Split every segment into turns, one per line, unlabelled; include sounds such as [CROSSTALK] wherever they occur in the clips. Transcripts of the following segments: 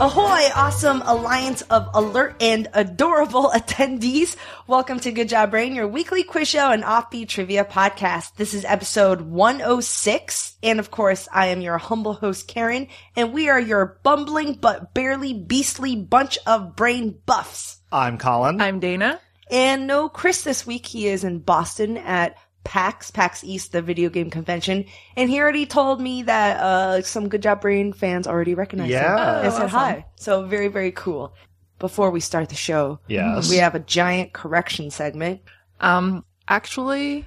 Ahoy, awesome alliance of alert and adorable attendees. Welcome to Good Job Brain, your weekly quiz show and offbeat trivia podcast. This is episode 106. And of course, I am your humble host, Karen, and we are your bumbling but barely beastly bunch of brain buffs.
I'm Colin.
I'm Dana.
And no Chris this week. He is in Boston at PAX, PAX East, the video game convention. And he already told me that uh, some Good Job Brain fans already recognize him.
Yeah.
I said
Oh, awesome.
hi. So very, very cool. Before we start the show,
yes.
we have a giant correction segment.
Um, actually,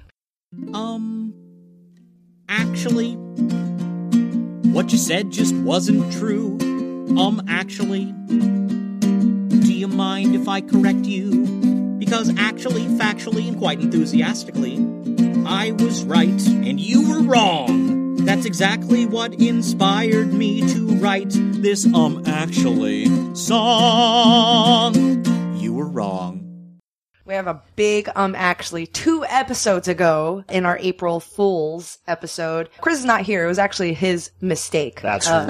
Um, actually, what you said just wasn't true. Um, actually, do you mind if I correct you? Because actually, factually, and quite enthusiastically, I was right and you were wrong. That's exactly what inspired me to write this um actually song. You were wrong.
We have a big, um, actually, two episodes ago in our April Fools episode. Chris is not here. It was actually his mistake.
That's
Uh,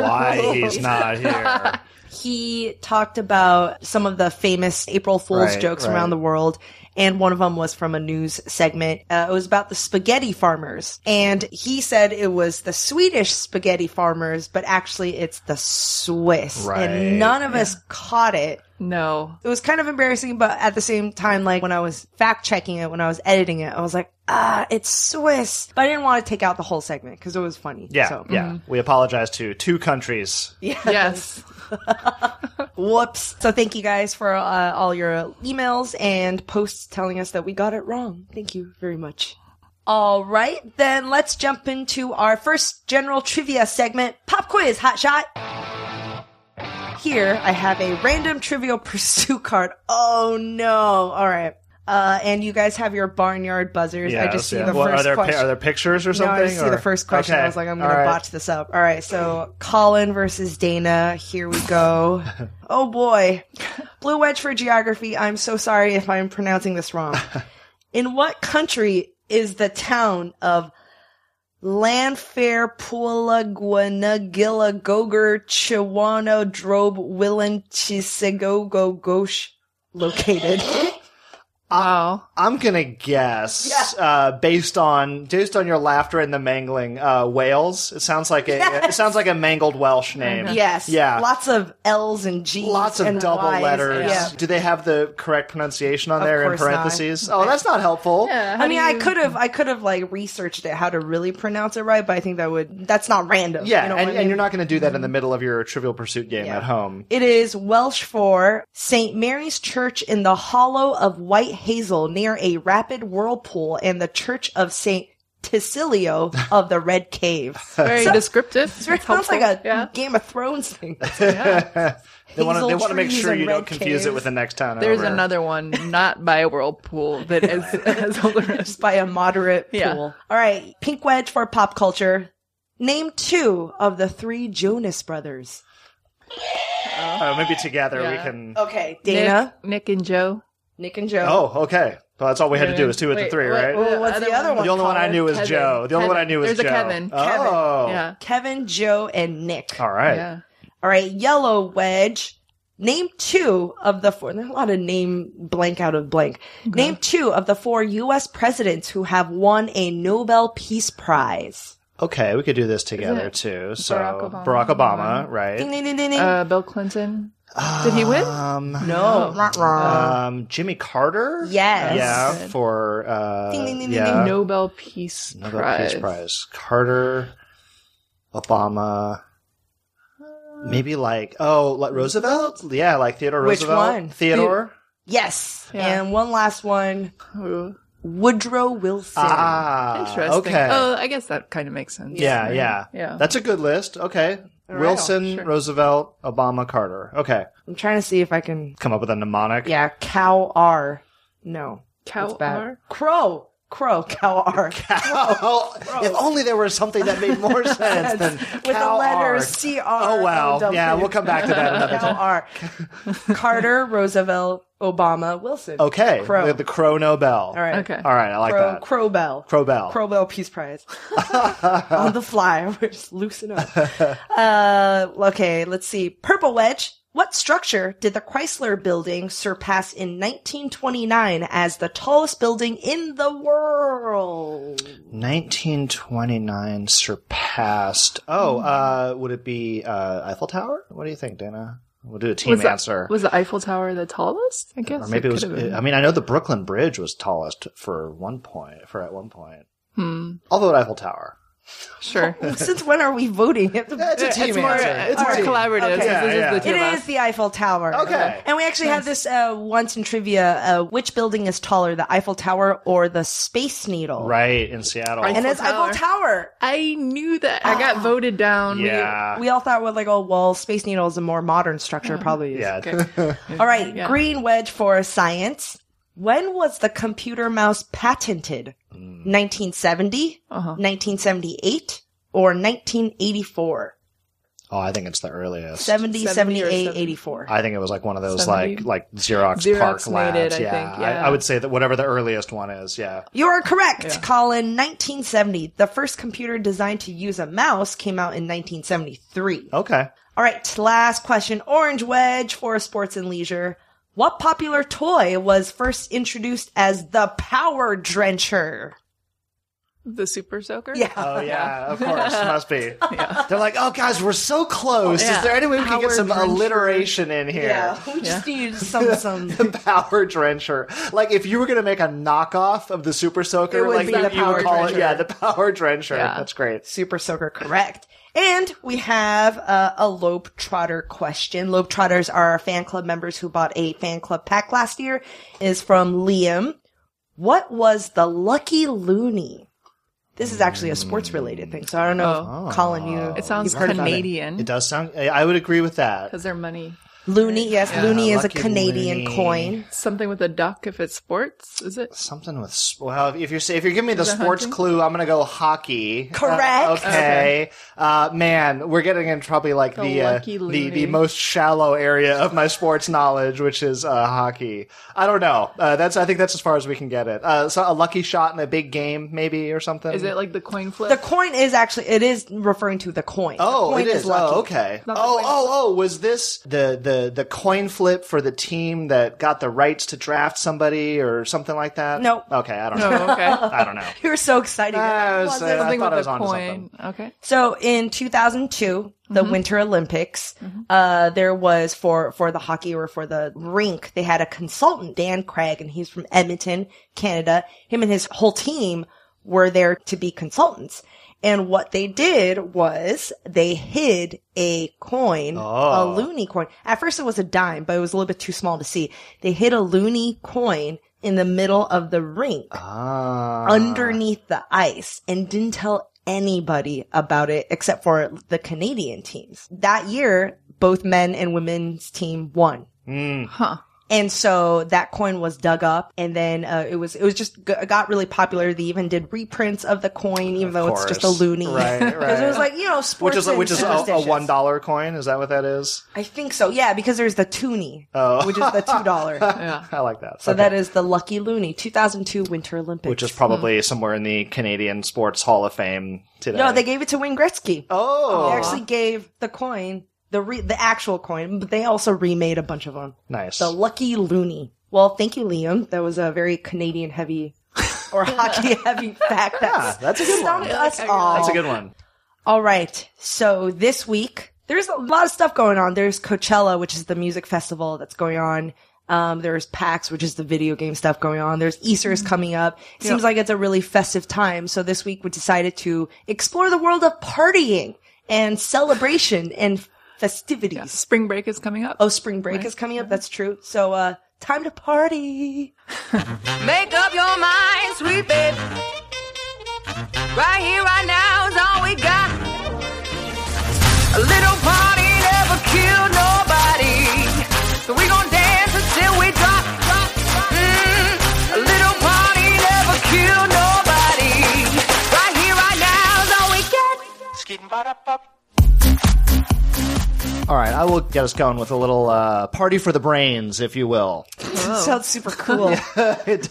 [LAUGHS]
why he's not here.
he talked about some of the famous April Fool's
Right,
jokes
right.
around the world. And one of them was from a news segment. Uh, it was about the spaghetti farmers. And he said it was the Swedish spaghetti farmers, but actually it's the Swiss.
Right,
And none of us caught it.
no.
It was kind of embarrassing, but at the same time, like when I was fact checking it, when I was editing it, I was like, ah, it's Swiss. But I didn't want to take out the whole segment because it was funny.
Yeah,
So, [LAUGHS] mm-hmm.
yeah. We apologize to two countries.
[LAUGHS] Yes.
Whoops. So thank you guys for uh, all your emails and posts telling us that we got it wrong. Thank you very much. All right, then let's jump into our first general trivia segment, pop quiz hot shot. Here I have a random trivial [LAUGHS] pursuit card. Oh no. All right. Uh, and you guys have your barnyard buzzers. I just see
Yes, yeah.
the
What,
first
are there pi-
question.
are there pictures or something?
No, I just see
or-
the first question.
Okay,
I was like, I'm
all
going to
right.
botch this up. All right, so Colin versus Dana. Here we
[LAUGHS]
go. oh boy, blue wedge for geography. I'm so sorry if I'm pronouncing this
[LAUGHS]
wrong. In what country is the town of Lanfair, Pula, Guanagilla, Goger, Chiwano, Drobe, Willen, Chisegogo, Gosh
[LAUGHS]
located?
Wow.
I'm gonna
[LAUGHS]
guess uh, based on based on your laughter and the mangling uh, Wales. It sounds like a it
Yes. Uh-huh.
sounds like a mangled Welsh name.
yes.
Yeah.
Lots of L's and G's.
Lots of
and
double
Y's.
letters.
Yeah.
Do they have the correct pronunciation on
Of
there in
course not.
parentheses? Oh, that's not helpful.
I mean, I could have, I could have like researched it how to really pronounce it right, but I think that would, that's not random.
Yeah,
you know what
and,
I
and
mean? Mm-hmm.
you're not going to do that in the middle of your Trivial Pursuit game
Yeah.
at home.
It is Welsh for St. Mary's Church in the Hollow of White Hazel near a rapid whirlpool and the Church of St. Tisilio of the Red Cave.
[LAUGHS]
[LAUGHS] Very descriptive.
It sounds like a
yeah.
Game of Thrones thing.
They want to
Hazel
they want to make
trees
sure
and
you don't
red
confuse it
caves.
with the next town
There's
over.
another one, not by Whirlpool,
[LAUGHS]
that is has all the rest.
Just by a moderate pool.
Yeah.
All right. Pink wedge for pop culture. Name two of the three Jonas brothers.
Uh, maybe together we
Yeah.
can.
Okay.
Nick-
Dana,
Nick, and Joe.
Nick, and Joe.
Oh, okay. Well, that's all we had to do
Yeah.
was two of the
Wait,
three,
wait,
right?
wait.
Well, what's the other one?
the only one I
Colin?
knew was
Kevin.
Joe. The only one I knew was
There's a
Joe.
Kevin.
Kevin.
Oh,
Yeah.
Kevin, Joe, and Nick.
All right.
Yeah.
All right, Yellow Wedge. Name two of the four. There's a lot of name blank out of blank. Name two of the four U.S. presidents who have won a Nobel Peace Prize.
Okay, we could do this together
it
too. So
Barack Obama?
Barack Obama,
Ding
right?
ding ding ding. ding.
Uh, Bill Clinton. Did he win?
Um,
no.
um, Jimmy Carter.
Yes.
Yeah. For uh,
Ding, ding, ding, ding,
yeah,
Nobel Peace
Nobel
Prize.
Peace Prize. Carter, Obama. Maybe like oh like Roosevelt yeah like Theodore
Which
Roosevelt
one?
Theodore
Yes.
Yeah.
And one last one.
Ooh.
Woodrow Wilson.
Uh,
ah
Interesting.
okay
Oh, I guess that kind of makes sense.
Yeah,
Right.
yeah.
Yeah.
That's a good list. Okay.
right,
Wilson,
sure.
Roosevelt, Obama, Carter. Okay.
I'm trying to see if I can.
[LAUGHS] Come up with a mnemonic.
Yeah, cow R. No,
Cow
that's bad.
R?
Crow. Crow, cow R.
Cow. If only there was something that
[LAUGHS]
made more sense than
With the
cow
letter
R.
C R.
Oh wow.
O W.
Yeah, we'll come back to that another
Cow
time.
R. Carter, Roosevelt, Obama, Wilson.
Okay.
Crow.
The, the Crow Nobel.
All right.
Okay.
All right, I like
Crow,
that.
Crow Bell.
Crow Bell.
Crow Bell Peace
[LAUGHS]
Prize. On the fly. [LAUGHS] We're just loosen up. Uh, okay, let's see. Purple Wedge. What structure did the Chrysler building surpass in 1929 as the tallest building in the world?
[LAUGHS] 1929 surpassed.
Hmm.
Oh, uh, would it be uh, Eiffel Tower? What do you think, Dana? We'll do a team
Was the-
answer.
Was the Eiffel Tower the tallest? I guess.
or maybe it was. uh,
could've been.
I mean, I know the Brooklyn Bridge was tallest for one point. For at one point,
Hmm.
although Eiffel Tower.
Sure.
Since when are we voting? [LAUGHS] It's
It's a team
it's more,
answer.
it's
a
more
team.
collaborative.
Okay.
since
Yeah,
it's just
yeah.
the two
It
of us.
is the Eiffel Tower.
Okay.
And we actually had this uh, once in trivia. Uh, which building is taller, the Eiffel Tower or the Space Needle?
Right in Seattle.
Right.
And it's
Eiffel
Eiffel Tower.
I knew that. I got voted down. We-
Ah. yeah.
We all thought, well, like, oh, well, Space Needle is a more modern structure, probably. Is.
yeah.
Okay. [LAUGHS]
All right,
Yeah.
green wedge for science. When was the computer mouse patented?
Hmm.
1970,
Uh-huh.
1978, or 1984?
Oh, I think it's the earliest.
70,
70 or
78,
70.
84.
I think it was like one of those
70.
like like Xerox,
Xerox
Park
made
Labs.
it, I
yeah.
think,
I,
yeah.
I would say that whatever the earliest one is. Yeah.
You are correct,
Yeah.
Colin. 1970. The first computer designed to use a mouse came out in 1973.
Okay.
All right, last question. Orange wedge for sports and leisure. What popular toy was first introduced as the power drencher?
The Super Soaker.
Yeah.
Oh yeah, of course, must be. They're like, oh guys, we're so close.
Yeah.
Is there any way we can get
Power
some
drencher.
alliteration in here?
Yeah, we just need some some.
[LAUGHS] The power drencher. Like if you were gonna make a knockoff of the super soaker,
It would
like
be
you,
the
you would
power
call
drencher.
it yeah, the power drencher.
Yeah.
That's great.
Super Soaker correct. And we have uh, a Lobe Trotter question. Lobe Trotters are our fan club members who bought a fan club pack last year. Is from Liam. What was the Lucky Looney? This is actually a sports related thing, so I don't know,
Oh.
if Colin. You
It sounds
you've heard about it.
Canadian
It does sound. I I would agree with that.
because their money.
Looney, yes,
Yeah,
Looney is a
Lucky
Canadian
Looney.
coin.
Something with a duck if it's sports, is it?
Something with s- well, if you're if you're giving me the
it
sports
hunting?
clue, I'm gonna go hockey.
Correct.
Uh, okay. Uh, man, we're getting in probably like
The
the uh,
lucky
the
loony.
the most shallow area of my sports knowledge, which is uh, hockey. I don't know. Uh, that's I think that's as far as we can get it. Uh, so a lucky shot in a big game, maybe or something.
Is it like the coin flip?
The coin is actually it is referring to the coin. The
Oh,
coin
it
[LAUGHS]
is.
lucky.
Oh, okay.
Not the
oh,
coin
oh, oh. Was this the the the coin flip for the team that got the rights to draft somebody or something like that?
Nope.
Okay, I don't know. [LAUGHS]
oh, okay.
I don't know.
You're so excited.
Ah, I was,
Was it?
uh, I
Something
thought I was
with the
onto
coin.
something.
Okay.
So in 2002, the Winter Olympics, uh, there was for, for the hockey or for the rink, they had a consultant, Dan Craig, and he's from Edmonton, Canada. Him and his whole team were there to be consultants. And what they did was they hid a coin, a
Oh.
loony coin. At first it was a dime, but it was a little bit too small to see. They hid a loony coin in the middle of the rink
Ah.
underneath the ice and didn't tell anybody about it except for the Canadian teams. That year, both men and women's team won.
Mm.
Huh.
And so that coin was dug up and then uh, it was, it was just, g- it got really popular. They even did reprints of the coin, even
Of
though it's just a
course.
loony. [LAUGHS]
Right,
Because
right.
it was like, you know, sports
which is
and
which is a, a
superstitions.
one dollar coin. Is that what that is?
I think so. Yeah. Because there's the toonie,
Oh.
which is the $2.
[LAUGHS]
Yeah.
I like that.
so
Okay.
that is the lucky loony 2002 Winter Olympics.
which is probably somewhere in the Canadian Sports Hall of Fame today.
no, they gave it to Wayne Gretzky.
Oh,
They actually gave the coin, the re- the actual coin, but they also remade a bunch of them.
nice.
The Lucky Looney. Well, thank you, Liam. That was a very Canadian heavy
[LAUGHS]
or hockey heavy fact.
yeah,
That's
that's a good
stung
one.
us
like-
all.
That's a good one.
All right. So this week, there's a lot of stuff going on. There's Coachella, which is the music festival that's going on. Um, there's PAX, which is the video game stuff going on. There's Easter is coming up. It seems like it's a really festive time. So this week we decided to explore the world of partying and celebration and festivities.
Spring break is coming up.
Oh, spring break is coming up. That's true. So, uh, time to party. [LAUGHS]
Make up your mind, sweet baby. Right here, right now is all we got. A little party never killed nobody. So we gon' dance until we drop. drop, drop. Mm, a little party never killed nobody.
All right, I will get us going with a little uh, party for the brains, if you will.
Sounds super [LAUGHS] cool.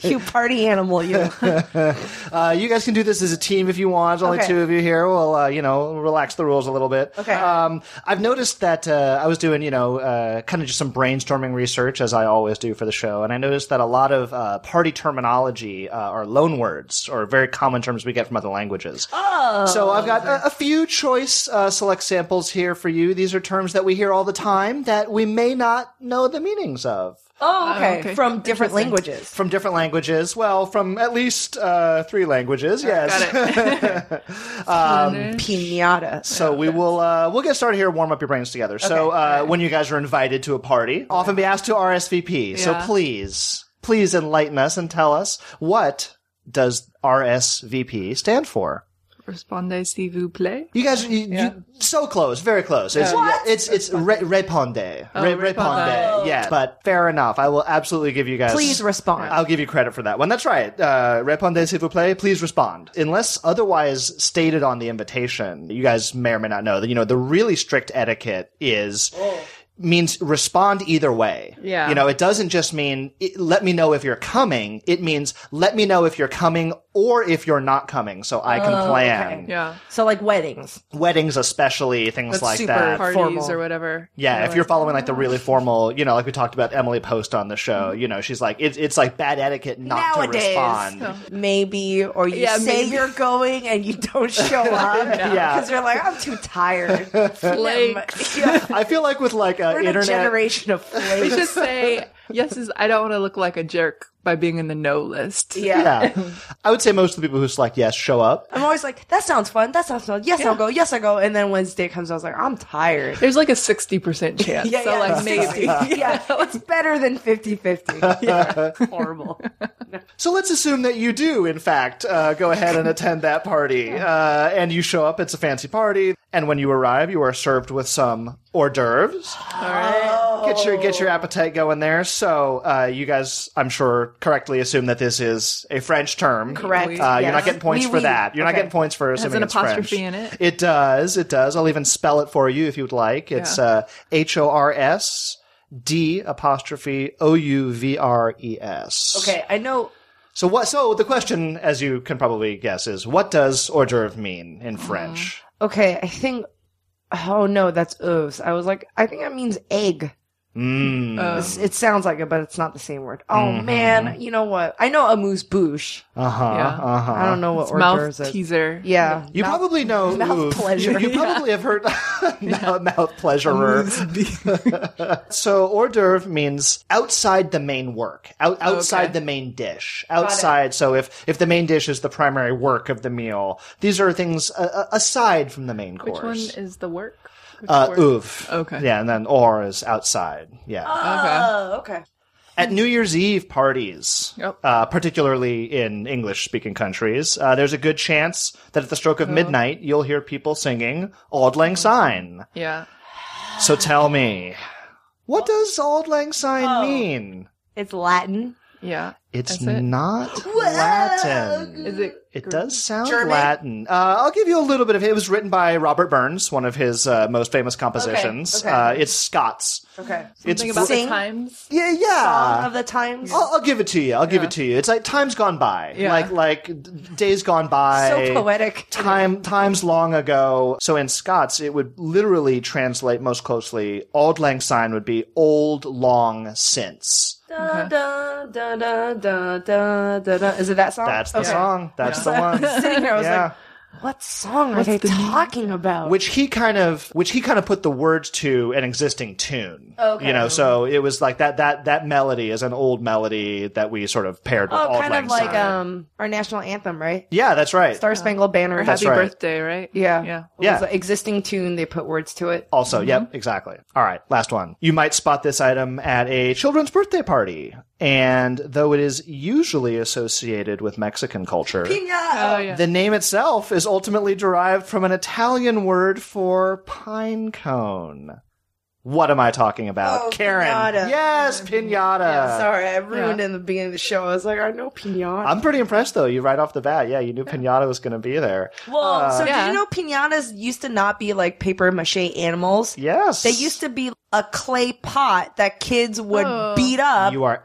you party animal, you.
Uh, you guys can do this as a team if you want. Only
Okay.
two of you here. We'll, uh, you know, relax the rules a little bit.
Okay.
Um, I've noticed that uh, I was doing, you know, uh, kind of just some brainstorming research as I always do for the show, and I noticed that a lot of uh, party terminology uh, are loan words or very common terms we get from other languages. Oh. So I've got a, a few choice uh, select samples here for you. These are terms that we hear all the time that we may not know the meanings of
[LAUGHS] Oh, okay.
okay.
From different languages.
from different languages. Well, from at least uh, three languages. Yes. Um,
Pinata.
So we will uh, we'll get started here. Warm up your brains together. So uh, when you guys are invited to a party, often be asked to RSVP. So
Yeah.
please, please enlighten us and tell us what does RSVP stand for.
Respondez s'il vous plaît.
You guys, you, you, so close, very close. It's it's it's re- repondé,
Oh,
Re-
repondé.
repondé. Yeah, but fair enough. I will absolutely give you guys.
Please respond.
I'll give you credit for that one. That's right. Uh, répondez s'il vous plaît. Please respond. Unless otherwise stated on the invitation, you guys may or may not know that, you know, the really strict etiquette is. Means respond either way.
Yeah.
You know, it doesn't just mean it, let me know if you're coming. It means let me know if you're coming or if you're not coming so I can plan.
Yeah.
So, like weddings.
Weddings, especially, things
That's
like
super
that.
Parties
Formal.
or whatever.
Yeah, if
like-
you're following like the
"Oh,
really formal, you know, like we talked about Emily Post on the show, you know, she's like, it's it's like bad etiquette not
Mm-hmm. Nowadays.
to
[LAUGHS]
respond.
Maybe, or you
Yeah,
say
maybe.
you're going and you don't
[LAUGHS]
show up because
Yeah.
you're like, I'm too
[LAUGHS]
tired.
[LAUGHS]
[LAUGHS]
Flakes.
Yeah.
I feel like with like uh,
We're in a
internet.
generation of
We
flakes.
[LAUGHS]
should say yes. Is I don't want to look like a jerk by being in the no list.
yeah.
Yeah, I would say most of the people who select yes show up.
I'm always like, that sounds fun. That sounds fun. Yes, I'll go. Yes, I'll go. And then Wednesday comes, I was like, I'm tired.
There's like a sixty percent
[LAUGHS]
chance. so like
[LAUGHS]
maybe.
yeah, it's better than 50
[LAUGHS]
50. Yeah, it's horrible.
So let's assume that you do, in fact, uh, go ahead and attend that
[LAUGHS]
party, uh, and you show up. It's a fancy party, and when you arrive, you are served with some hors d'oeuvres.
[GASPS] All right.
Get your get your appetite going there. So uh, you guys, I'm sure, correctly assume that this is a French term.
Correct.
Uh, You're
Yes.
not getting points
Oui,
for
oui.
that. You're not
Okay.
getting points for
Has
assuming
an
it's
apostrophe
French.
in it.
It does. It does. I'll even spell it for you if you would like. It's
Yeah.
uh, H O R S D apostrophe O U V R E S.
Okay, I know.
So what? So the question, as you can probably guess, is what does hors d'oeuvre mean in
Mm-hmm.
French?
Okay, I think. Oh no, that's oves. I was like, I think that means egg.
Mm.
Uh,
It's- It sounds like it, but it's not the same word. Oh
Mm-hmm.
man, you know what? I know amuse bouche.
Uh huh.
yeah.
Uh huh.
I don't know what
it's
hors
mouth
d'oeuvres is.
teaser.
Yeah,
You
mouth-
probably know
mouth
oof.
pleasure.
You, you probably have
[LAUGHS]
heard [LAUGHS] mouth, mouth pleasurer. [LAUGHS] so hors d'oeuvre means outside the main work, out, outside
Okay.
the main dish, outside. So if if the main dish is the primary work of the meal, these are things uh, uh, aside from the main
Which
course.
one is the work? Which
uh,
word?
oeuvre.
Okay.
Yeah, and then or is outside. Yeah.
Okay.
Oh, okay.
At New Year's Eve parties,
Yep.
uh, particularly in English speaking countries, uh, there's a good chance that at the stroke of midnight, you'll hear people singing Auld Lang
Uh-huh.
Syne.
Yeah.
So tell me, what does Auld Lang Syne mean?
It's Latin.
Yeah.
It's
oh. That's it. [LAUGHS]
not Latin.
Is it?
It does sound Latin. Uh, I'll give you a little bit of it. was written by Robert Burns, one of his uh, most famous compositions.
okay.
Uh, it's Scots.
Okay.
It's
Something about
fr-
the
Sing.
times.
yeah, yeah.
Song of the times.
I'll, I'll give it to you. I'll give it to you. It's like time's gone by.
Yeah.
Like like d- days gone by.
so poetic.
Time times long ago. So in Scots, it would literally translate most closely. Auld lang syne would be old long since.
Da, da, da, da, da, da, da, da. Is it that song?
That's the song. That's the one.
Sitting here, Oh, [LAUGHS] I was
yeah.
like, what song
What's
are they
the name?
talking about?
which he kind of which he kind of put the words to an existing tune.
Oh, Okay.
You know, so it was like that that that melody is an old melody that we sort of paired with
oh,
Auld
kind
lang
of like
syne.
um our national anthem, right?
Yeah, that's right.
Star Spangled Banner.
Or
That's
happy
right.
birthday, right?
yeah.
Yeah.
It
Yeah.
was an existing tune. They put words to it.
Also, yep,
Mm-hmm.
exactly. All right, last one. You might spot this item at a children's birthday party, and though it is usually associated with Mexican culture,
Oh yeah.
the name itself is ultimately derived from an Italian word for pine cone. What am I talking about?
Oh,
Karen.
pinata. Mm-hmm.
Yes, pinata. Uh,
Yeah, sorry, I ruined it
yeah.
in the beginning of the show. I was like, I know pinata.
I'm pretty impressed though. You right off the bat, yeah, you knew pinata was going to be there.
well, so
yeah.
do you know pinatas used to not be like paper mache animals?
Yes,
They used to be a clay pot that kids would
Oh.
beat up.
You are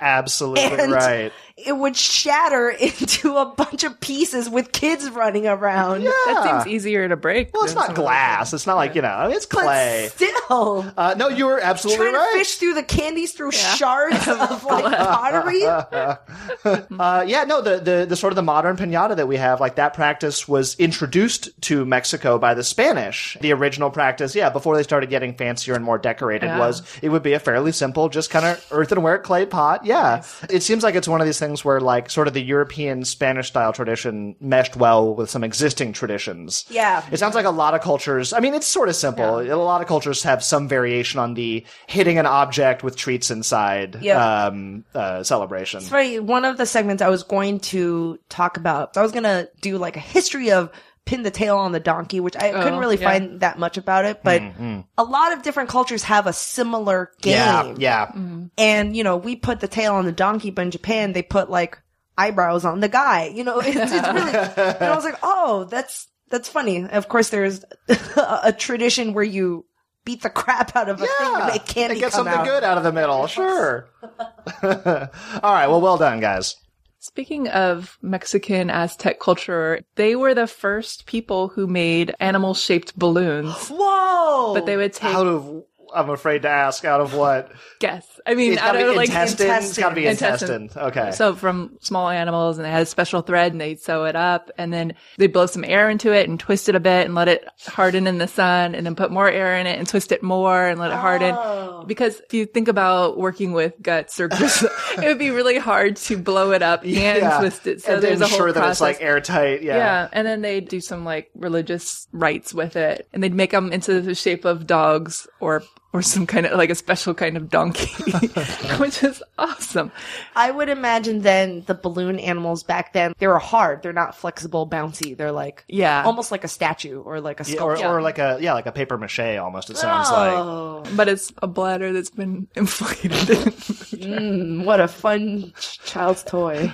[LAUGHS]
absolutely
And-
right.
it would shatter [LAUGHS] into a bunch of pieces with kids running around.
That seems easier to break.
Ah. Well, it's
than
not
some of
glass. It's not like you know, it's
But
clay.
still,
Uh, no, you were absolutely
trying
right.
to fish through the candies through
[LAUGHS]
shards of like pottery. Mm-hmm.
uh, yeah, no, the, the the sort of the modern pinata that we have, like that practice was introduced to Mexico by the Spanish. The original practice, yeah, before they started getting fancier and more decorated,
Yeah.
was it would be a fairly simple, just kind of earthenware clay pot. Yeah, it seems like it's one of these things where like sort of the European Spanish style tradition meshed well with some existing traditions.
Yeah.
It sounds like a lot of cultures. I mean, it's sort of simple. A lot of cultures have some variation on the hitting an object with treats inside
Yeah.
um, uh, celebration.
That's right. One of the segments I was going to talk about, I was going to do like a history of pin the tail on the donkey, which I couldn't
Oh,
really
yeah.
find that much about it, but
Mm,
a lot of different cultures have a similar game.
Yeah, yeah. [LAUGHS]
And, you know, we put the tail on the donkey, but in Japan, they put like eyebrows on the guy. You know, [LAUGHS] it's, it's
[LAUGHS]
really, and I was like, oh, that's, that's funny. Of course, there's [LAUGHS] a, a tradition where you beat the crap out of a thing to
Yeah,
make candy
and get
come
something
out.
good out of the middle. Sure. [LAUGHS] All right. Well, well done, guys.
Speaking of Mexican Aztec culture, they were the first people who made animal shaped balloons.
Oh,
Whoa!
But they would take
Out of, I'm afraid to ask, out of what?
guess. [LAUGHS] I mean,
It's
out
gotta
of
be
like
intestine. It's gotta be
Intestine.
intestine. Okay.
So from small animals, and they had a special thread, and they'd sew it up, and then they'd blow some air into it and twist it a bit, and let it harden in the sun, and then put more air in it and twist it more, and let it
Oh.
harden. Because if you think about working with guts or gristle, [LAUGHS] it would be really hard to blow it up and
Yeah.
twist it. So
and
there's a whole
ensure that
process.
it's like airtight.
yeah.
Yeah.
and then they'd do some like religious rites with it, and they'd make them into the shape of dogs or or some kind of like a special kind of donkey, [LAUGHS] which is awesome.
I would imagine then the balloon animals back then, they were hard. They're not flexible, bouncy. They're like
Yeah,
almost like a statue or like a
Yeah,
sculpture.
or, or like a yeah, like a paper mache almost. It sounds like
Oh,
but it's a bladder that's been [LAUGHS] inflated.
mm, what a fun ch- child's
[LAUGHS]
toy.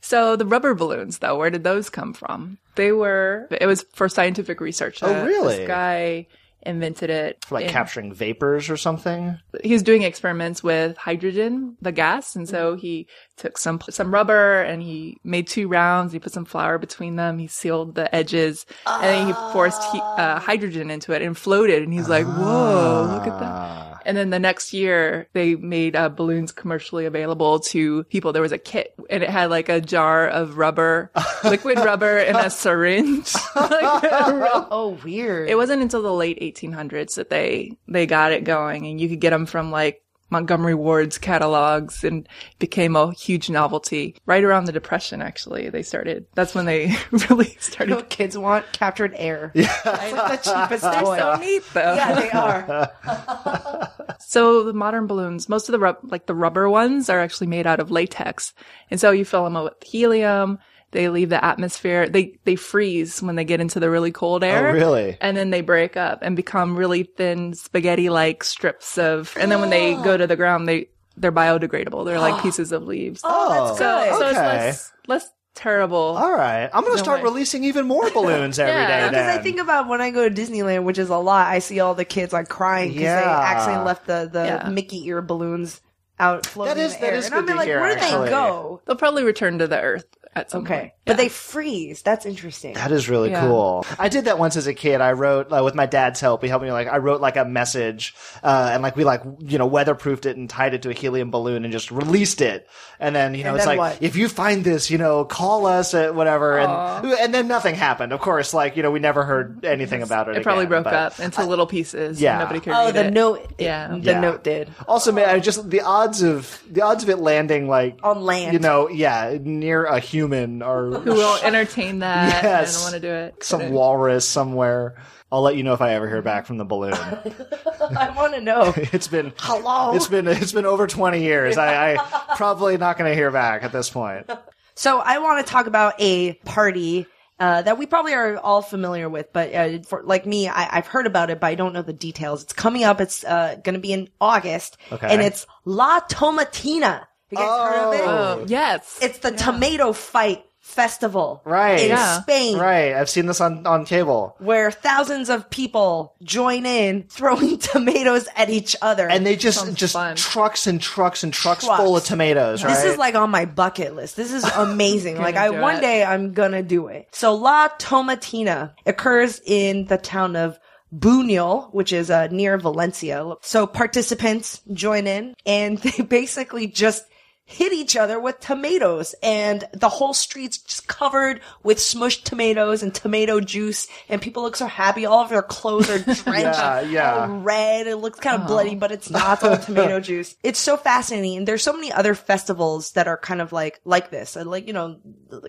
so the rubber balloons, though, where did those come from? They were. It was for scientific research.
Oh,
Uh,
really?
This guy invented it.
like
in-
capturing vapors or something.
he was doing experiments with hydrogen, the gas, and so he took some some rubber and he made two rounds. He put some flour between them. He sealed the edges, and then he forced he, uh, hydrogen into it and floated. And he's like, "Whoa, look at that!"
Ah.
And then the next year, they made uh, balloons commercially available to people. There was a kit, and it had like a jar of rubber, liquid rubber, and a syringe. [LAUGHS] Like, a real-
Oh, weird.
it wasn't until the late 1800s that they they got it going, and you could get them from like Montgomery Ward's catalogs, and became a huge novelty. Right around the Depression, actually, they started. That's when they [LAUGHS] really
[LAUGHS] You know
started.
what kids want captured air. Yeah. It's like
[LAUGHS]
the cheapest toy.
So neat,
[LAUGHS]
though.
yeah, they are.
So the modern balloons, most of the rub- like the rubber ones are actually made out of latex. And so you fill them up with helium. They leave the atmosphere. They, they freeze when they get into the really cold air.
Oh, really?
And then they break up and become really thin spaghetti like strips of, and then when they go to the ground, they, they're biodegradable.
[GASPS]
They're like pieces of leaves.
Oh,
so, so it's
okay.
less, less terrible.
All right. I'm going to
No
start
way.
releasing even more
[LAUGHS]
balloons every day.
Yeah.
Because I
then.
think about when I go to Disneyland, which is a lot, I see all the kids like crying because they
Yeah.
accidentally left the, the
Yeah.
Mickey ear balloons out floating
That is-
in the
that
air.
is
and
good
I'm
to
like,
hear,
where did
actually.
they go?
They'll probably return to the earth at some
Okay.
point.
But
Yeah.
they freeze. That's interesting.
That is really
Yeah.
cool. I did that once as a kid. I wrote uh, with my dad's help. He helped me like I wrote like a message, uh, and like we like you know weatherproofed it and tied it to a helium balloon and just released it. And then you know
And
it's
then
like
what?
if you find this, you know, call us at whatever. And and then nothing happened. Of course, like you know we never heard anything about it.
it probably
again, but-
broke up into little pieces.
yeah.
Yeah. Nobody could
oh,
read
the
it.
note.
Yeah.
The
Yeah.
note did.
Also, man, I just the odds of the odds of it landing like
On land.
you know, yeah, near a human or [LAUGHS]
who will entertain that
Yes.
and want to do it.
some walrus somewhere. I'll let you know if I ever hear back from the
[LAUGHS]
balloon.
I want to
[LAUGHS]
know.
It's been
Hello.
It's been it's been over twenty years.
[LAUGHS]
I, I probably not going to hear back at this point.
So I want to talk about a party uh, that we probably are all familiar with, but uh, for, like me, I, I've heard about it, but I don't know the details. It's coming up. It's uh, going to be in August,
Okay.
and it's La Tomatina. You guys heard of it?
Oh.
Oh, yes.
It's the Tomato Fight Festival,
Right.
in
Yeah.
Spain,
Right. I've seen this on, on cable.
where thousands of people join in throwing [LAUGHS] tomatoes at each other.
And they just
Sounds
just
fun.
trucks and trucks and trucks,
Trucks.
full of tomatoes, right?
This is like on my bucket list. This is amazing. like I
do
one
it.
day I'm gonna do it. So La Tomatina occurs in the town of Buñol, which is uh, near Valencia. So participants join in and [LAUGHS] they basically just hit each other with tomatoes and the whole street's just covered with smushed tomatoes and tomato juice and people look so happy. All of their clothes are drenched
Yeah, yeah.
all red. It looks
Oh.
kind of bloody, but it's not It's
[LAUGHS]
all tomato juice. It's so fascinating. And there's so many other festivals that are kind of like like this, and like you know,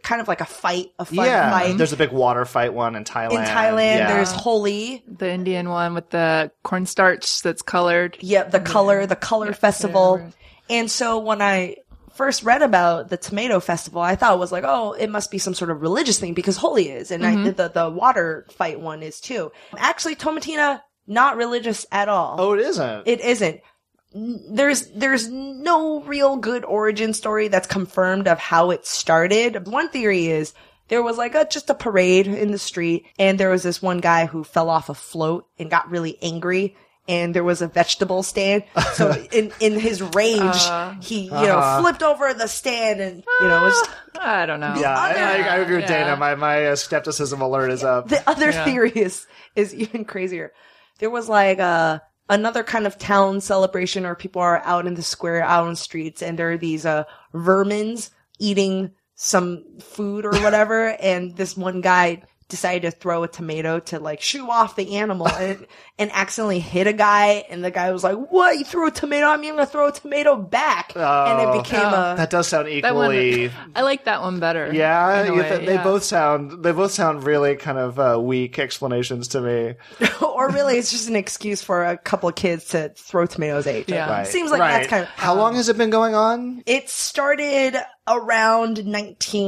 kind of like a fight, a fun
yeah.
fight.
There's a big water fight one in Thailand.
in Thailand,
Yeah.
there's Holi.
the Indian one with the cornstarch that's colored.
Yep, the color, the color festival. And so when I first read about the tomato festival, I thought it was like, oh, it must be some sort of religious thing because holy is, and
Mm-hmm.
I, the the water fight one is too. Actually, Tomatina not religious at all.
Oh, it isn't.
It isn't. N- There's there's no real good origin story that's confirmed of how it started. One theory is there was like a just a parade in the street and there was this one guy who fell off a float and got really angry and there was a vegetable stand. So in in his rage, he you know flipped over the stand and you know was
I don't know.
yeah, I,
other-
I, I agree with
Yeah.
Dana. My my uh, skepticism alert is up.
the other
Yeah.
theory is is even crazier. There was like uh another kind of town celebration where people are out in the square, out on streets, and there are these uh vermins eating some food or whatever, and this one guy decided to throw a tomato to like shoo off the animal and and accidentally hit a guy and the guy was like, What, you threw a tomato at me, I'm gonna throw a tomato back. and
Oh.
it became
Oh.
a
that does sound
That one,
equally.
I like that one better.
Yeah,
in a
you
way,
th- they
yeah.
both sound they both sound really kind of uh, weak explanations to me.
[LAUGHS] or really it's just an excuse for a couple of kids to throw tomatoes at each other.
Yeah.
Right.
Seems like
right.
that's kind of um,
How long has it been going on?
It started around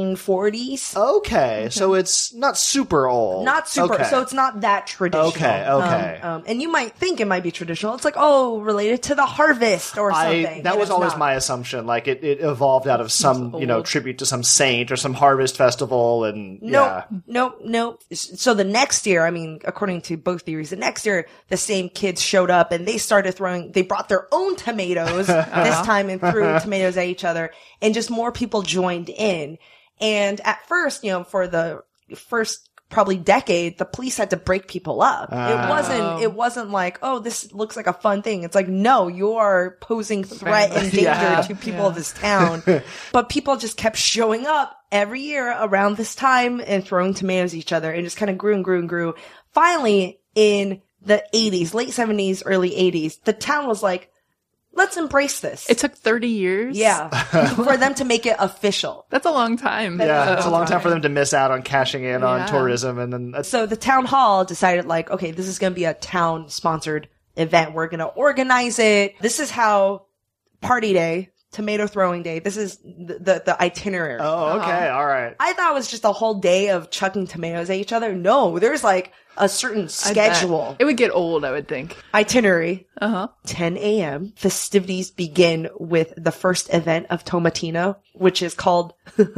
1940s.
Okay, so it's not super old.
Not super,
Okay.
so it's not that traditional.
Okay, okay.
Um, um, and you might think it might be traditional. It's like, oh, related to the harvest or something.
I, that
and
was
it's
always
not.
my assumption. Like it, it evolved out of some, you know, tribute to some saint or some harvest festival, and
Nope,
yeah,
nope, nope. S- So the next year, I mean, according to both theories, the next year the same kids showed up and they started throwing. They brought their own
[LAUGHS]
tomatoes
Uh-huh.
this time and threw tomatoes at each other, and just more people joined in. And at first, you know, for the first probably decade, the police had to break people up.
Ah.
It wasn't. It wasn't like, oh, this looks like a fun thing. It's like, no, you are posing threat and danger
[LAUGHS] Yeah.
to people of this
[LAUGHS]
town. but people just kept showing up every year around this time and throwing tomatoes at each other and just kind of grew and grew and grew. Finally, in the 80s, late 70s, early 80s, the town was like, let's embrace this.
It took 30 years.
yeah. for them to make it official.
That's a long time.
yeah.
So-
It's a long time for them to miss out on cashing in on
Yeah.
tourism, and then that's
So the town hall decided like, okay, this is going to be a town sponsored event. We're going to organize it. This is how party day, tomato throwing day. This is the, the, the itinerary.
oh, okay, all right.
I thought it was just a whole day of chucking tomatoes at each other. No, there's like a certain
I bet.
schedule,
It would get old, I would think.
itinerary.
Uh huh.
10 a.m. Festivities begin with the first event of Tomatino, which is called, [LAUGHS] which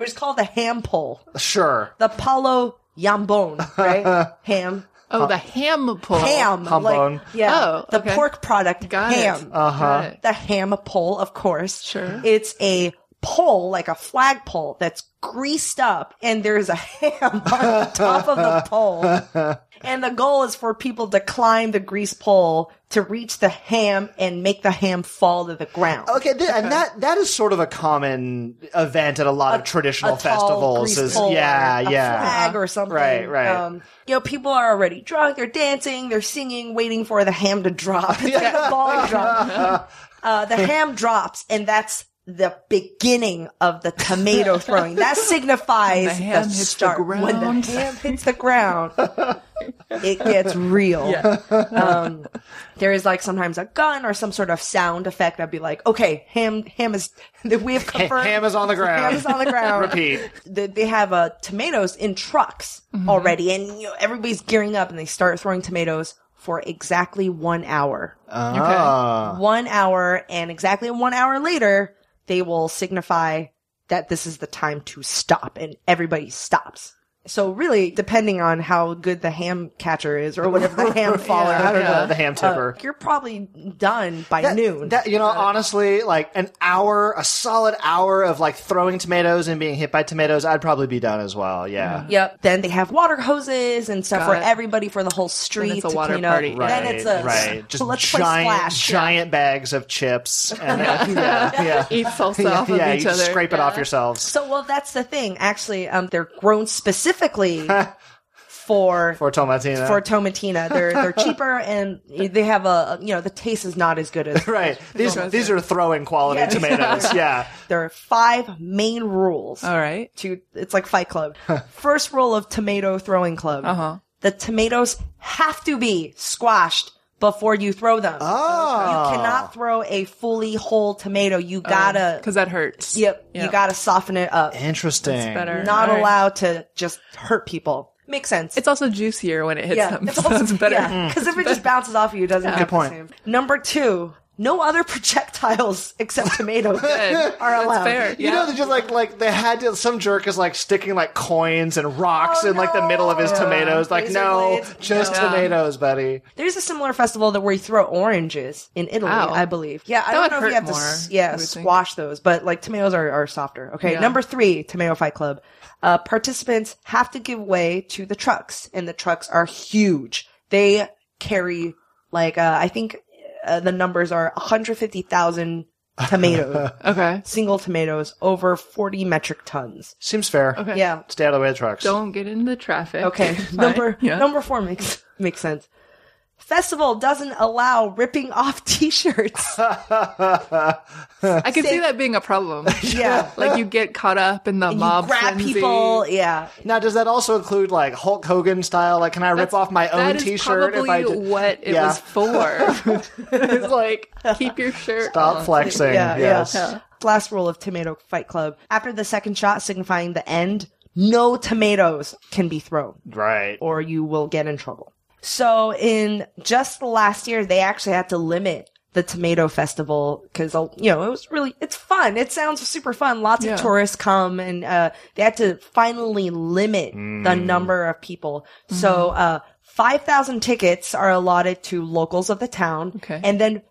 is called the ham pole,
Sure,
the palo yambon,
[LAUGHS]
right? ham,
Oh, the ham pull.
ham,
Ham bone.
like, yeah,
Oh,
the
okay.
pork product,
Got it.
ham.
uh huh.
Got it.
the ham pole, of course.
Sure.
It's a pole, like a flag pole that's greased up and there's a [LAUGHS] ham on the top of the pole. And the goal is for people to climb the grease pole to reach the ham and make the ham fall to the ground.
Okay, th- and that that is sort of a common event at a lot of traditional
a tall
festivals.
grease
Is
pole
yeah,
or a
yeah.
flag or something. Um,
Right, right.
you know, people are already drunk. They're dancing. They're singing, waiting [LAUGHS]
[LAUGHS]
for the ham to drop. It's like a ball drop. Uh, the ham drops, and that's the beginning of the
[LAUGHS]
tomato throwing. That signifies
The ham
the
hits the
start. When
ground.
the ham hits the ground, it gets real. [LAUGHS] Um, there is like sometimes a gun or some sort of sound effect. I'd be like, okay, ham, ham is, [LAUGHS] we have confirmed.
Ham is on the
[LAUGHS]
ground.
Ham is
[LAUGHS]
on the ground.
Repeat.
They, they have uh, tomatoes in trucks already, and you know, everybody's gearing up, and they start throwing tomatoes for exactly one hour.
Ah.
One hour, and exactly one hour later, they will signify that this is the time to stop, and everybody stops. So really, depending on how good the ham catcher is, or whatever the ham faller,
I don't
is,
know the ham tipper.
you're probably done by
That-
noon.
That, you know, honestly, like an hour, a solid hour of like throwing tomatoes and being hit by tomatoes, I'd probably be done as well. Yeah.
Yep. Then they have water hoses and stuff
Got
for
it.
everybody for the whole street.
it's a
to
water
clean up.
party.
Right,
Then it's a [LAUGHS]
right. Just
let's
giant,
play splash.
giant bags of chips, and then, yeah, yeah,
[LAUGHS] Eat salsa
yeah,
off of
yeah,
each
you just
other.
scrape it off yourselves
So well, that's the thing. Actually, um, they're grown
[LAUGHS]
specifically for for,
for Tomatina.
tomatina. They're
[LAUGHS]
they're cheaper and they have a you know the taste is not as
[LAUGHS]
good as
right, these these are throwing quality
Yeah, these
tomatoes.
are-
yeah,
There are five main rules.
All right.
To it's like Fight
[LAUGHS]
Club. First rule of tomato throwing club.
Uh-huh.
The tomatoes have to be squashed before you throw them.
Oh.
You cannot throw a fully whole tomato. You gotta.
Because that hurts.
yep.
Oh, Yeah.
You gotta soften it up.
interesting.
better.
Not
All right.
allowed to just hurt people. Makes sense.
It's also juicier when it hits
yeah.
them. [LAUGHS]
It's
so
also-
it's better.
yeah, 'cause if it just bounces off of you, it doesn't.
Good
hurt the
point.
same. Number two. No other [LAUGHS] projectiles except tomatoes
Good.
[LAUGHS] are allowed.
That's fair.
You know, they just like like they had to. Some jerk is like sticking like coins and rocks
Oh,
in like the middle of his
no.
tomatoes. Like,
Razor
no,
blades.
just
No.
tomatoes, buddy.
There's a similar festival that where you throw oranges in Italy,
Ow.
I believe. Oh. Yeah, I
That
don't
would
know if you
hurt
have to
more,
s- yeah
I would think.
squash those, but like tomatoes are, are softer. Okay,
Yeah.
number three, Tomato Fight Club. Uh, participants have to give way to the trucks, and the trucks are huge. They carry like uh, I think uh, the numbers are 150,000 tomatoes,
Okay.
single tomatoes, over 40 metric tons.
Seems fair.
Okay.
Yeah.
Stay out of the way of the trucks.
Don't get into the traffic. [LAUGHS]
Okay,
Fine.
number
Yeah.
number four makes makes sense. Festival doesn't allow ripping off [LAUGHS]
[LAUGHS]
T-shirts.
I can see
Say-
that being a problem.
yeah,
like you get caught up in the
and
mob
you grab
frenzy.
people. Yeah,
[LAUGHS] Now, does that also include like Hulk Hogan style? Like, can I rip
That's-
off my
that
own
is
T-shirt if
probably
I do-
what it
Yeah. [LAUGHS]
was for. it's like keep your shirt.
stop
on.
flexing?
yeah,
yes.
yeah. Last rule of Tomato Fight Club: after the second shot signifying the end, no tomatoes can be thrown,
Right.
or you will get in trouble. So, in just the last year, they actually had to limit the tomato festival because you know it was really it's fun. It sounds super fun. Lots
Yeah.
of tourists come, and uh, they had to finally limit the
Mm.
number of people. So,
Mm-hmm.
uh, five thousand tickets are allotted to locals of the town,
Okay.
and then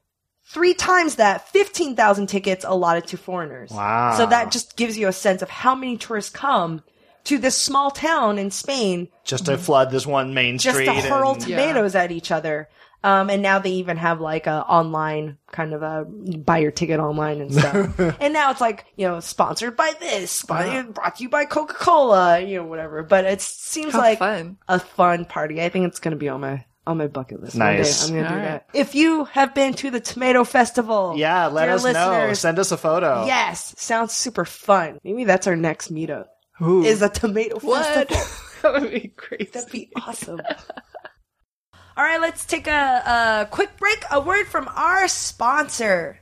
three times that, 15,000 tickets allotted to foreigners.
Wow.
So that just gives you a sense of how many tourists come to this small town in Spain
Just to flood this one main
just
street.
to hurl
and-
tomatoes at each other. Um, and now they even have like a online kind of a buy your ticket online and
[LAUGHS]
stuff. and now it's like, you know, sponsored by this, sponsored, brought to you by Coca Cola, you know, whatever. But it seems
How
like
fun.
a fun party. I think it's going to be on my. On my bucket list. one day.
Nice.
I'm gonna do
All right.
that. If you have been to the Tomato Festival,
yeah, let
dear
us know.
listeners,
Send us a photo.
Yes, sounds super fun. Maybe that's our next meetup.
Ooh.
Is a Tomato
What?
Festival?
[LAUGHS] that would be crazy.
That'd be awesome. All right, let's take a, a quick break. A word from our sponsor.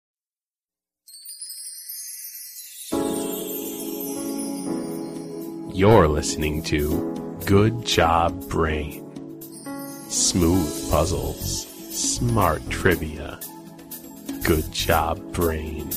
You're listening to Good Job Brain. Smooth puzzles, smart trivia. Good Job Brain.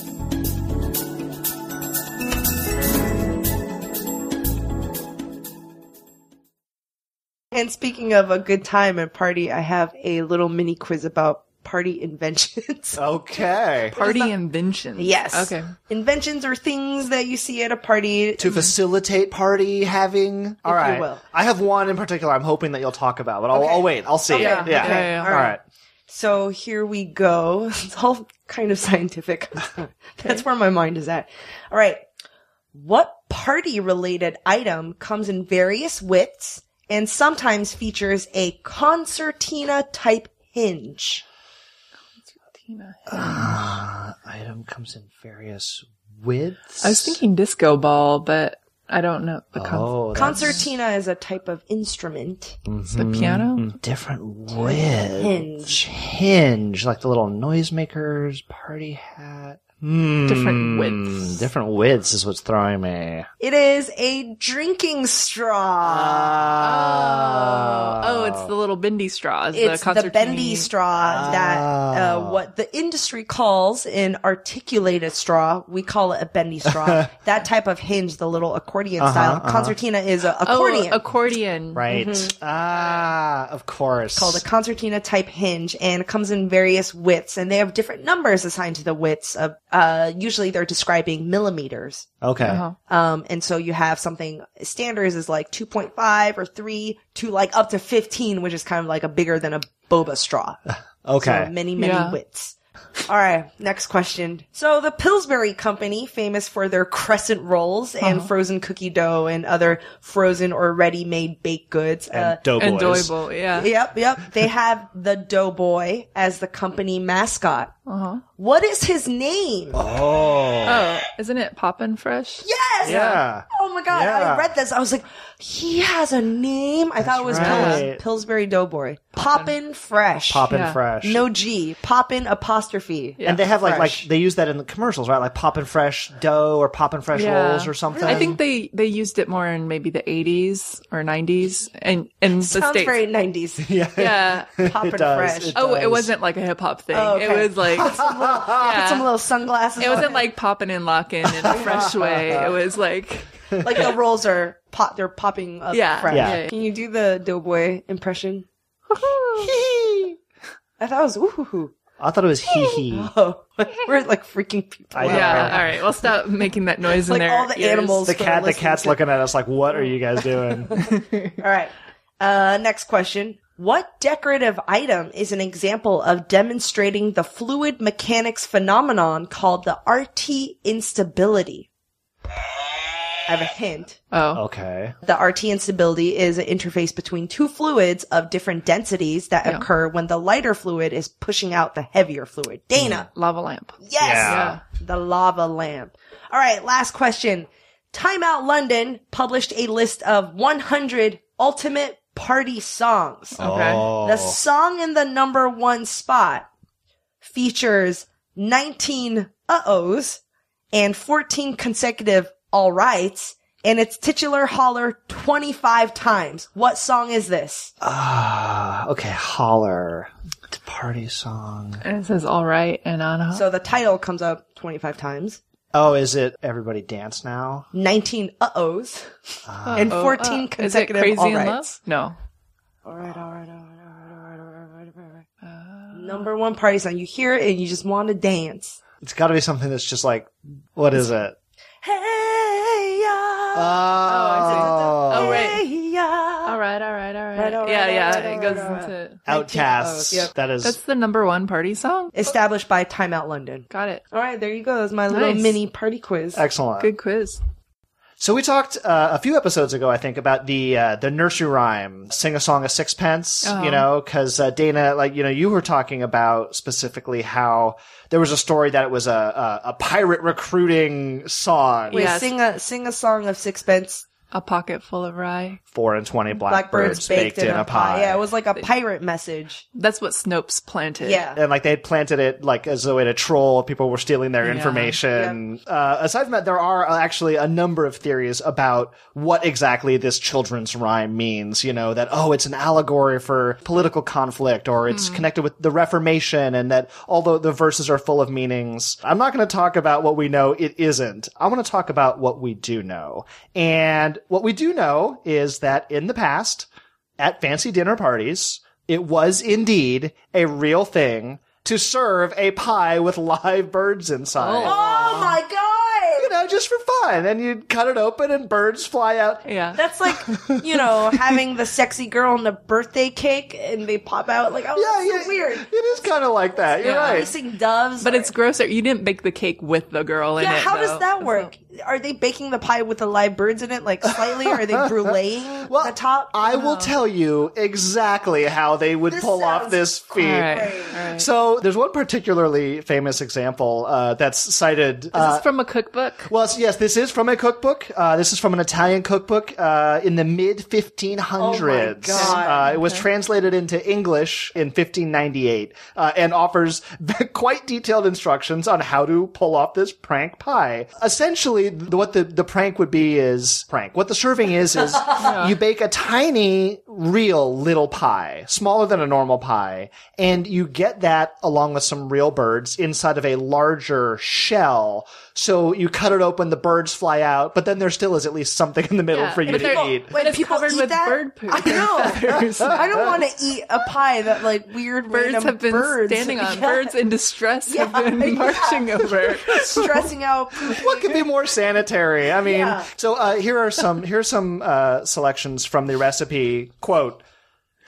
And speaking of a good time and party, I have a little mini quiz about party inventions.
Okay.
Party inventions.
yes.
Okay.
Inventions are things that you see at a party.
to facilitate party having. Mm-hmm. All
you
right.
will.
I have one in particular I'm hoping that you'll talk about, but I'll,
Okay.
I'll wait. I'll see.
Okay,
Yeah.
okay,
Yeah.
yeah,
All right.
So here we go. [LAUGHS] It's all kind of scientific. [LAUGHS] That's where my mind is at. All right. What party related item comes in various widths and sometimes features a concertina type hinge?
Tina.
Item comes in various widths.
I was thinking disco ball, but I don't know the con-
Oh, that's
Concertina is a type of instrument.
it's the piano.
hmm. different widths.
Hinge.
Hinge, like the little noisemakers, party hat. Hmm.
Different widths.
Different widths is what's throwing me.
It is a drinking
Ah.
straw.
Oh, oh, it's the little bendy straws.
it's the,
concertina.
bendy straw that uh, what the industry calls an articulated straw. We call it a bendy straw. that type of hinge, the little accordion style. Concertina is a accordion.
Oh, accordion.
Right.
Mm-hmm.
Ah, of course.
called a concertina type hinge and it comes in various widths and they have different numbers assigned to the widths of uh usually they're describing millimeters
okay.
Uh-huh.
um and so you have something standards is like 2.5 or 3 to like up to 15 which is kind of like a bigger than a boba straw
Okay.
So many, many
Yeah.
wits. All right, next question. So the Pillsbury Company, famous for their crescent rolls and
Uh-huh.
frozen cookie dough and other frozen or ready-made baked goods. Uh,
and Doughboys.
And Doyable, yeah.
yep, yep. They have the Doughboy as the company mascot.
Uh-huh.
What is his name?
Oh, isn't it poppin' fresh? Yeah.
Yes.
Yeah.
Oh my god!
Yeah.
I read this. I was like, he has a name. I thought it was
right.
Pils- Pillsbury Doughboy. Poppin' fresh.
Poppin'
Yeah.
fresh.
No G. Poppin' apostrophe.
and they have like
fresh.
like they use that in the commercials, right? Like poppin' fresh dough or poppin' fresh
Yeah.
rolls or something.
I think they they used it more in maybe the 80s or 90s and in the
Sounds
states.
very 90s.
yeah,
yeah.
Poppin'
It does.
fresh.
It
Uh, Oh, it
does.
wasn't like a hip hop thing.
Oh, okay.
It was like [LAUGHS]
Put some
yeah.
little sunglasses.
It
on
wasn't like popping and locking in a
[LAUGHS]
fresh way. It was like
like
[LAUGHS]
the rolls are pop. They're popping up.
yeah,
fresh.
Yeah.
Can you do the doughboy
[LAUGHS]
impression? I thought it was ooh.
[LAUGHS]
I thought it was hee hee.
Oh, we're like freaking people.
I
out.
know.
Yeah, all right. We'll stop making that noise
Like
in there.
all the animals.
The
that are
cat, the
listening
cat's
to-
looking at us like, "What are you guys doing?" [LAUGHS]
All right. Uh, next question. What decorative item is an example of demonstrating the fluid mechanics phenomenon called the RT instability? I have a hint.
Oh,
okay,
The RT instability is an interface between two fluids of different densities that
Yeah.
occur when the lighter fluid is pushing out the heavier fluid. Dana.
lava lamp.
Yes.
Yeah.
Mm. Yeah.
The lava lamp. All right. Last question. Time Out London published a list of 100 ultimate party songs.
Okay.
The song in the number one spot features 19 uh-ohs and 14 consecutive all rights, and its titular holler 25 times. What song is this?
Uh. ah, okay, holler, It's a party song.
And it says all right and on. up.
So the title comes up 25 times.
Oh, is it everybody dance now?
19 uh-ohs and
Oh,
14
uh, is it
consecutive
crazy
all
in
rights.
love? No.
All right, all right, all right, all right, all right, all right, all right, all right. Number one party song. You hear it and you just want to dance.
It's got to be something that's just like, what is it?
Hey,
Oh,
ya.
Oh, right.
Hey, ya.
All right, all right, all right.
Ah. Right, all right,
yeah,
all
yeah.
right, all
it
right,
goes
all right.
into.
Outcasts.
Yep.
That is
That's the number one party song.
established by Time Out London.
Got it.
All right, there you go. That's my little
Nice.
mini party quiz.
excellent.
Good quiz.
So we talked uh, a few episodes ago, I think, about the uh, the nursery rhyme, sing a song of sixpence. You know, because uh, Dana, like you know, you were talking about specifically how there was a story that it was a a, a pirate recruiting song.
Wait,
Yes.
sing a sing a song of sixpence.
a pocket full of rye.
Four and twenty blackbirds, baked, in a pie.
Yeah, it was like a pirate message.
That's what Snopes planted.
Yeah.
and like they had planted it like as a way to troll people were stealing their information uh, aside from that there are uh, actually a number of theories about what exactly this children's rhyme means you know that oh it's an allegory for political conflict or it's connected with the reformation and that although the verses are full of meanings i'm not going to talk about what we know it isn't i want to talk about what we do know and what we do know is that in the past at fancy dinner parties, it was indeed a real thing to serve a pie with live birds inside.
Oh my god!
You know, just for fun. And you'd cut it open and birds fly out.
Yeah.
That's like you
[LAUGHS]
know having the sexy girl in the birthday cake and they pop out like oh
Yeah,
that's so
yeah,
weird.
It is kind of like that. You're
Yeah.
right.
Racing doves,
But
or-
it's grosser. You didn't bake the cake with the girl in
yeah.
it.
How
though.
does that work? Are they baking the pie with the live birds in it, like slightly? or are
[LAUGHS]
they bruleeing
Well,
the top? Oh.
I will tell you exactly how they would
This
pull off
sounds
this feat.
All right.
So there's one particularly famous example uh, that's cited.
Is
uh,
this from a cookbook?
Well, so yes, this is from a cookbook. Uh, this is from an Italian cookbook uh, in the mid 1500s.
Oh my
Uh, it was translated into English in 1598 uh, and offers [LAUGHS] quite detailed instructions on how to pull off this prank pie. Essentially, th- what the, the prank would be is prank. What the serving
[LAUGHS]
is is you bake a tiny, real little pie, smaller than a normal pie, and you get that along with some real birds inside of a larger shell. So you cut it open, the birds fly out, but then there still is at least something in the middle
Yeah,
for you
but
to
they're-
eat.
When
it's
people
covered
eat
with
that,
bird poop.
I know. I don't want to eat a pie that like weird
Birds
random
have been
birds.
standing on.
Yeah. [LAUGHS]
Birds in distress
Yeah,
have been
[LAUGHS] yeah. [LAUGHS]
marching over.
stressing
[LAUGHS]
out. pooping.
what could be more sanitary? I mean,
Yeah.
so uh, here are some here are some uh, selections from the recipe. Quote: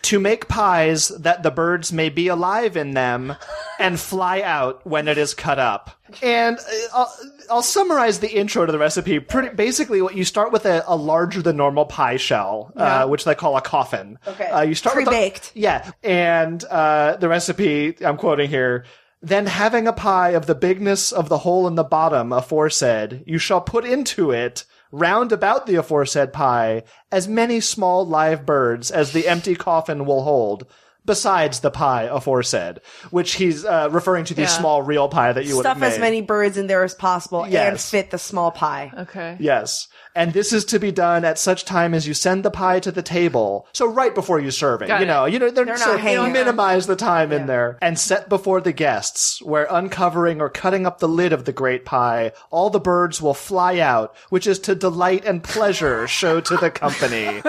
To make pies that the birds may be alive in them and fly out when it is cut up. And uh, I'll, I'll summarize the intro to the recipe. Pretty basically, what you start with a, a larger than normal pie shell, uh, which they call a coffin.
Okay.
Uh, you start with a-
Pre-baked.
yeah. And uh, the recipe I'm quoting here. Then having a pie of the bigness of the hole in the bottom aforesaid, you shall put into it, round about the aforesaid pie, as many small live birds as the empty coffin will hold, besides the pie aforesaid, which he's uh, referring to the small real pie that you would have
Stuff
made.
as many birds in there as possible and
Yes.
fit the small pie.
Okay.
Yes. And this is to be done at such time as you send the pie to the table. So right before you serve it,
Got
you
it.
know, you know, they're,
They're
so
not hanging
minimize the time in there and set before the guests where uncovering or cutting up the lid of the great pie, all the birds will fly out, which is to delight and
[LAUGHS]
pleasure show to the company.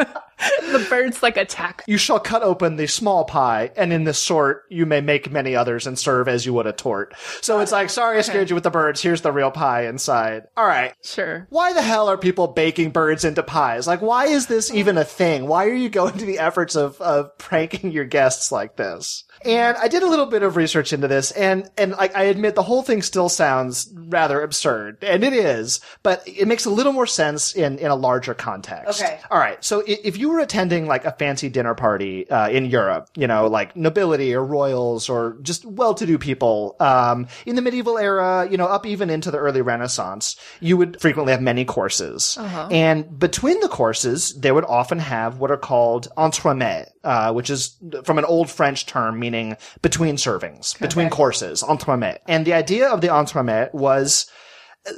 The birds like attack.
you shall cut open the small pie, and in this sort you may make many others and serve as you would a tort. So it's like, sorry, I scared you with the birds. Here's the real pie inside. All right
Sure.
why the hell are people baking birds into pies? Like, why is this even a thing? Why are you going to the efforts of, of pranking your guests like this? And I did a little bit of research into this, and, and I, I admit the whole thing still sounds rather absurd, and it is, but it makes a little more sense in, in a larger context.
Okay.
All right. So i- if you were attending like a fancy dinner party uh, in Europe, you know, like nobility or royals or just well-to-do people um, in the medieval era, you know, up even into the early Renaissance, you would frequently have many courses,
Uh-huh.
and between the courses, they would often have what are called entremets, uh, which is from an old French term meaning between servings, between courses, entremets. And the idea of the entremet was. uh,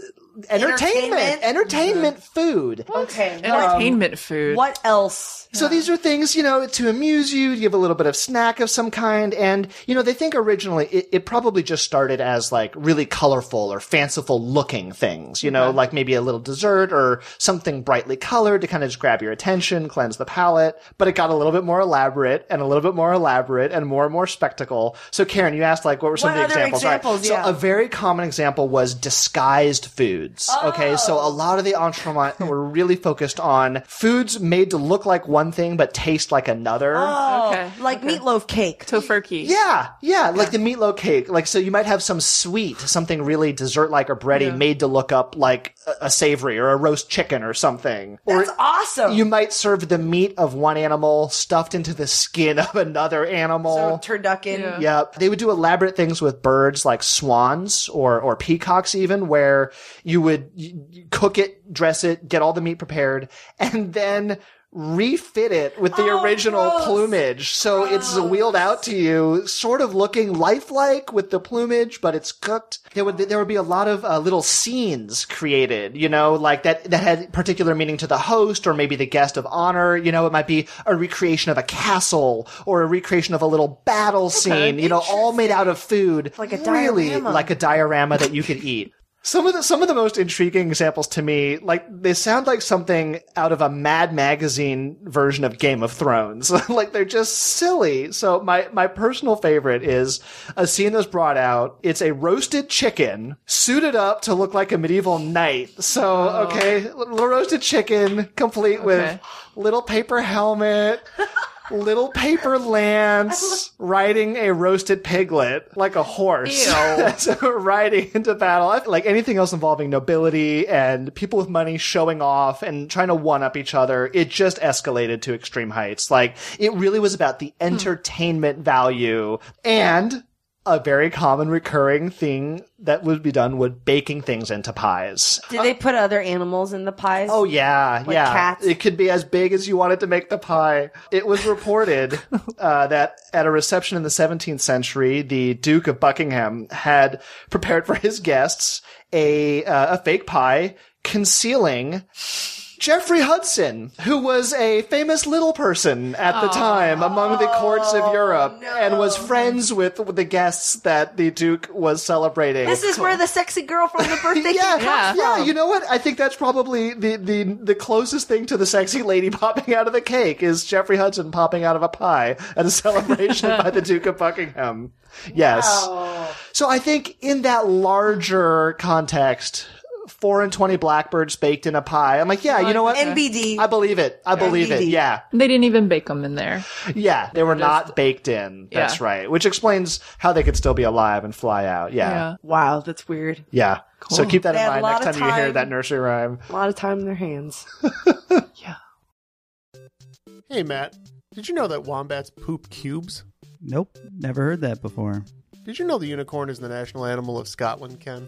Entertainment,
Entertainment? Mm-hmm.
entertainment, food,
Okay.
Entertainment food.
Um, What else?
so these are things, you know, to amuse you, to give a little bit of snack of some kind. And, you know, they think originally it, it probably just started as like really colorful or fanciful looking things, you know, like maybe a little dessert or something brightly colored to kind of just grab your attention, cleanse the palate. But it got a little bit more elaborate and a little bit more elaborate and more and more spectacle. So Karen, you asked like, what were some
What
of the
other
examples? All right.
examples?
So
Yeah.
a very common example was disguised foods. Okay, so
Oh.
a lot of the entremet [LAUGHS] were really focused on foods made to look like one thing but taste like another.
Oh,
Okay,
like meatloaf cake.
Tofurkey.
Yeah, yeah, like the meatloaf cake. Like, so you might have some sweet, something really dessert like or bready made to look up like a, a savory or a roast chicken or something. Or
That's awesome.
you might serve the meat of one animal stuffed into the skin of another
so
animal.
turducken.
Yeah.
Yep. They would do elaborate things with birds like swans or, or peacocks even where you would y- y- cook it, dress it, get all the meat prepared and then refit it with the
Oh,
original
gross.
plumage. So it's wheeled out to you sort of looking lifelike with the plumage, but it's cooked. There would, there would be a lot of uh, little scenes created, you know, like that, that had particular meaning to the host or maybe the guest of honor. You know, it might be a recreation of a castle or a recreation of a little battle scene, you know, all made out of food.
Like a
Really
diorama.
like a diorama that you could eat. Some of the some of the most intriguing examples to me, like they sound like something out of a Mad Magazine version of Game of Thrones. [LAUGHS] like they're just silly. So my my personal favorite is a scene that's brought out. It's a roasted chicken suited up to look like a medieval knight. So okay, little roasted chicken complete with
Okay.
little paper helmet. Little paper lance riding a roasted piglet like a horse. [LAUGHS] so riding into battle. I- Like anything else involving nobility and people with money showing off and trying to one up each other, it just escalated to extreme heights. Like it really was about the entertainment value and a very common recurring thing that would be done would baking things into pies.
Did they put other animals in the pies?
Oh yeah,
Like
yeah.
cats?
It could be as big as you wanted to make the pie. It was
[LAUGHS]
reported uh, that at a reception in the 17th century, the Duke of Buckingham had prepared for his guests a uh, a fake pie concealing. Jeffrey Hudson, who was a famous little person at the time among the courts
Oh,
of Europe and was friends with the guests that the Duke was celebrating.
This is where the sexy girl from the
[LAUGHS]
birthday
yeah,
cake comes
yeah.
from.
You know what? I think that's probably the, the the closest thing to the sexy lady [LAUGHS] popping out of the cake is Jeffrey Hudson popping out of a pie at a celebration by the Duke of [LAUGHS] Buckingham. Yes. So I think in that larger context, four and twenty blackbirds baked in a pie. I'm like, yeah, you know what?
NBD.
I believe it. I believe it.
NBD.
Yeah.
They didn't even bake them in there.
Yeah. They were not baked in. That's
Yeah.
right. Which explains how they could still be alive and fly out. Yeah. Yeah.
Yeah.
wow, that's weird.
So keep that
They had a
in mind
lot
next time
of
you hear
time.
that nursery rhyme.
A lot of time in their hands.
Hey, Matt, did you know that wombats poop cubes?
Nope, never heard that before.
Did you know the unicorn is the national animal of Scotland, Ken?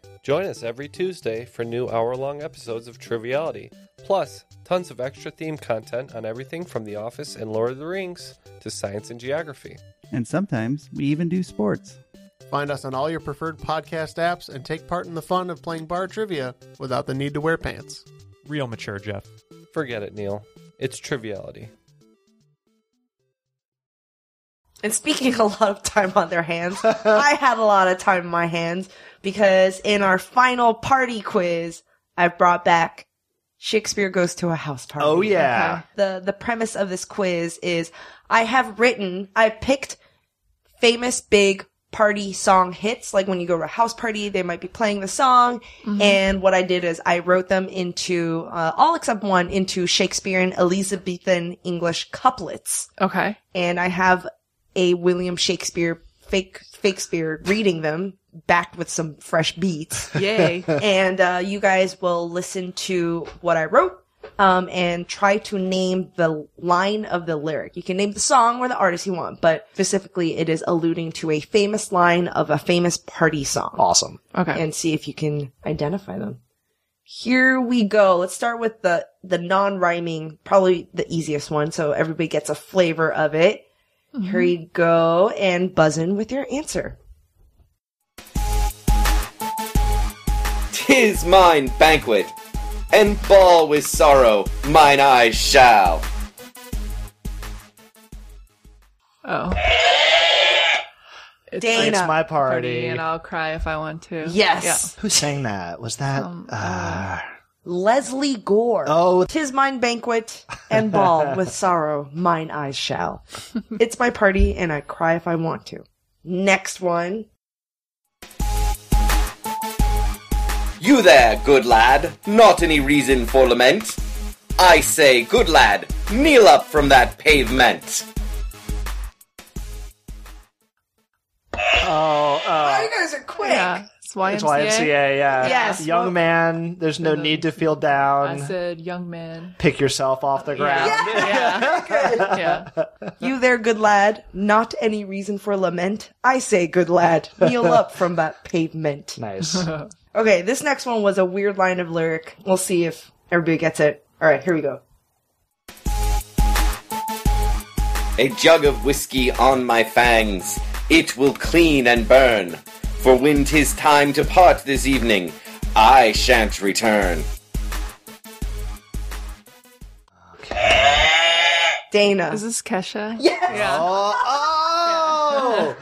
Join us every Tuesday for new hour long episodes of Triviality, plus tons of extra theme content on everything from The Office and Lord of the Rings to science and geography.
And sometimes we even do sports.
Find us on all your preferred podcast apps and take part in the fun of playing bar trivia without the need to wear pants.
Real mature, Jeff.
Forget it, Neil. It's Triviality.
And speaking of a lot of time on their hands,
[LAUGHS]
I had a lot of time in my hands because in our final party quiz, I brought back Shakespeare goes to a house party.
Oh, yeah.
The the premise of this quiz is I have written, I picked famous big party song hits. Like when you go to a house party, they might be playing the song. And what I did is I wrote them into uh, all except one into Shakespearean Elizabethan English couplets
Okay.
and I have a William Shakespeare fake Shakespeare reading them backed with some fresh beats.
Yay.
[LAUGHS] and uh, you guys will listen to what I wrote um, and try to name the line of the lyric. You can name the song or the artist you want, but specifically it is alluding to a famous line of a famous party song
Awesome.
Okay.
and see if you can identify them. Here we go. Let's start with the the non-rhyming, probably the easiest one, so everybody gets a flavor of it. Here you go, and buzz in with your answer.
Tis mine banquet, and ball with sorrow mine eyes shall.
Oh. It's
Dana.
It's my
party,
party.
and I'll cry if I want to.
Yes.
Who sang that? Was that
Um,
uh,
Leslie Gore. Oh, tis mine banquet and balm with sorrow mine eyes shall. It's my party and I cry if I want to. Next one.
You there, good lad, not any reason for lament. I say, good lad, kneel up from that pavement.
Oh,
you guys are quick. Yeah,
it's
It's YMCA, yeah.
Yes.
Young man, there's no need to feel
I
down.
said, young man.
Pick yourself off the ground.
Yeah. Yeah. yeah.
You there, good lad. Not any reason for lament. I say, good lad, kneel up from that pavement.
Nice.
Okay, this next one was a weird line of lyric. We'll see if everybody gets it. All right, here we go.
A jug of whiskey on my fangs, it will clean and burn. For when 'tis time to part this evening, I shan't return.
Dana.
Is this Kesha?
Yes.
Oh.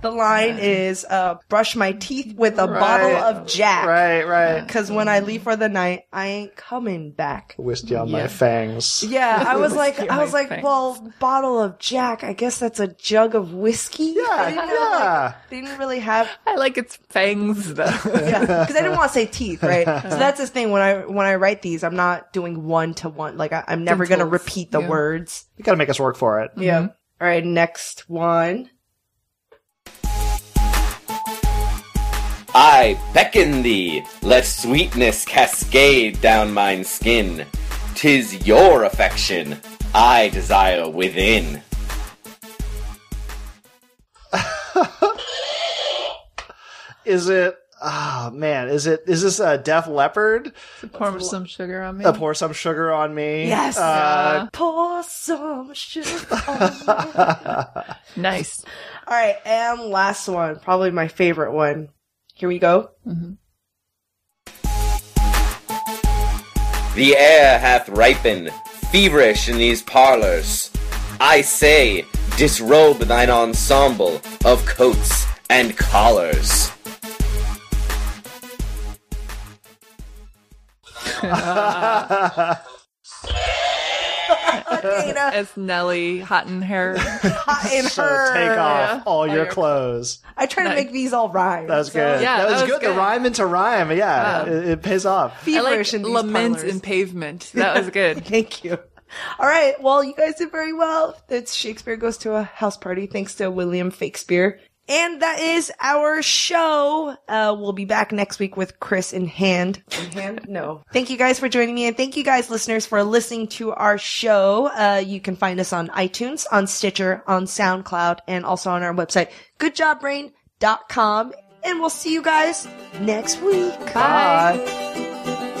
The line is uh, brush my teeth with a bottle of Jack.
Right, right.
Because when I leave for the night, I ain't coming back.
Whisked you on
Yeah.
my fangs.
Yeah, I was like,
Whiskey
I
on
was
my
like,
face.
well, bottle of Jack. I guess that's a jug of whiskey. Yeah, they didn't have, like- they didn't really have.
I like its fangs though.
yeah, because I didn't want to say teeth, [LAUGHS] right? So that's the thing. When I when I write these, I'm not doing one to one. Like I, I'm never going to
Dentals,
repeat the
yeah.
words.
You gotta make us work for it.
Yeah. All right, next one.
I beckon thee, let sweetness cascade down mine skin. 'Tis your affection I desire within.
Is it? Ah, man. Is it? Is this a Def Leopard?
Pour some sugar on me.
Uh, pour some sugar on me.
Yes.
[LAUGHS]
Uh,
Pour some sugar.
nice.
All right, and last one, probably my favorite one. Here we [LAUGHS] go.
The air hath ripened, feverish in these parlors. I say, disrobe thine ensemble of coats and collars.
As Nelly, hot in [LAUGHS] her.
hot in
so take off all, your clothes.
I try to make these all rhyme.
That was
so-
good.
Yeah,
that was,
that was
good. The
good.
rhyme into rhyme. Yeah,
Wow.
it, it pays off.
I like
Feverish in these
lament
parlors.
in pavement. That was
[LAUGHS]
good. [LAUGHS]
Thank you. All right. Well, you guys did very well. That's Shakespeare goes to a house party thanks to William Shakespeare. And that is our show. Uh, we'll be back next week with Chris in hand. In hand? No. thank you guys for joining me and thank you guys listeners for listening to our show. Uh, you can find us on iTunes, on Stitcher, on SoundCloud, and also on our website, goodjobbrain.com. And we'll see you guys next week.
Bye.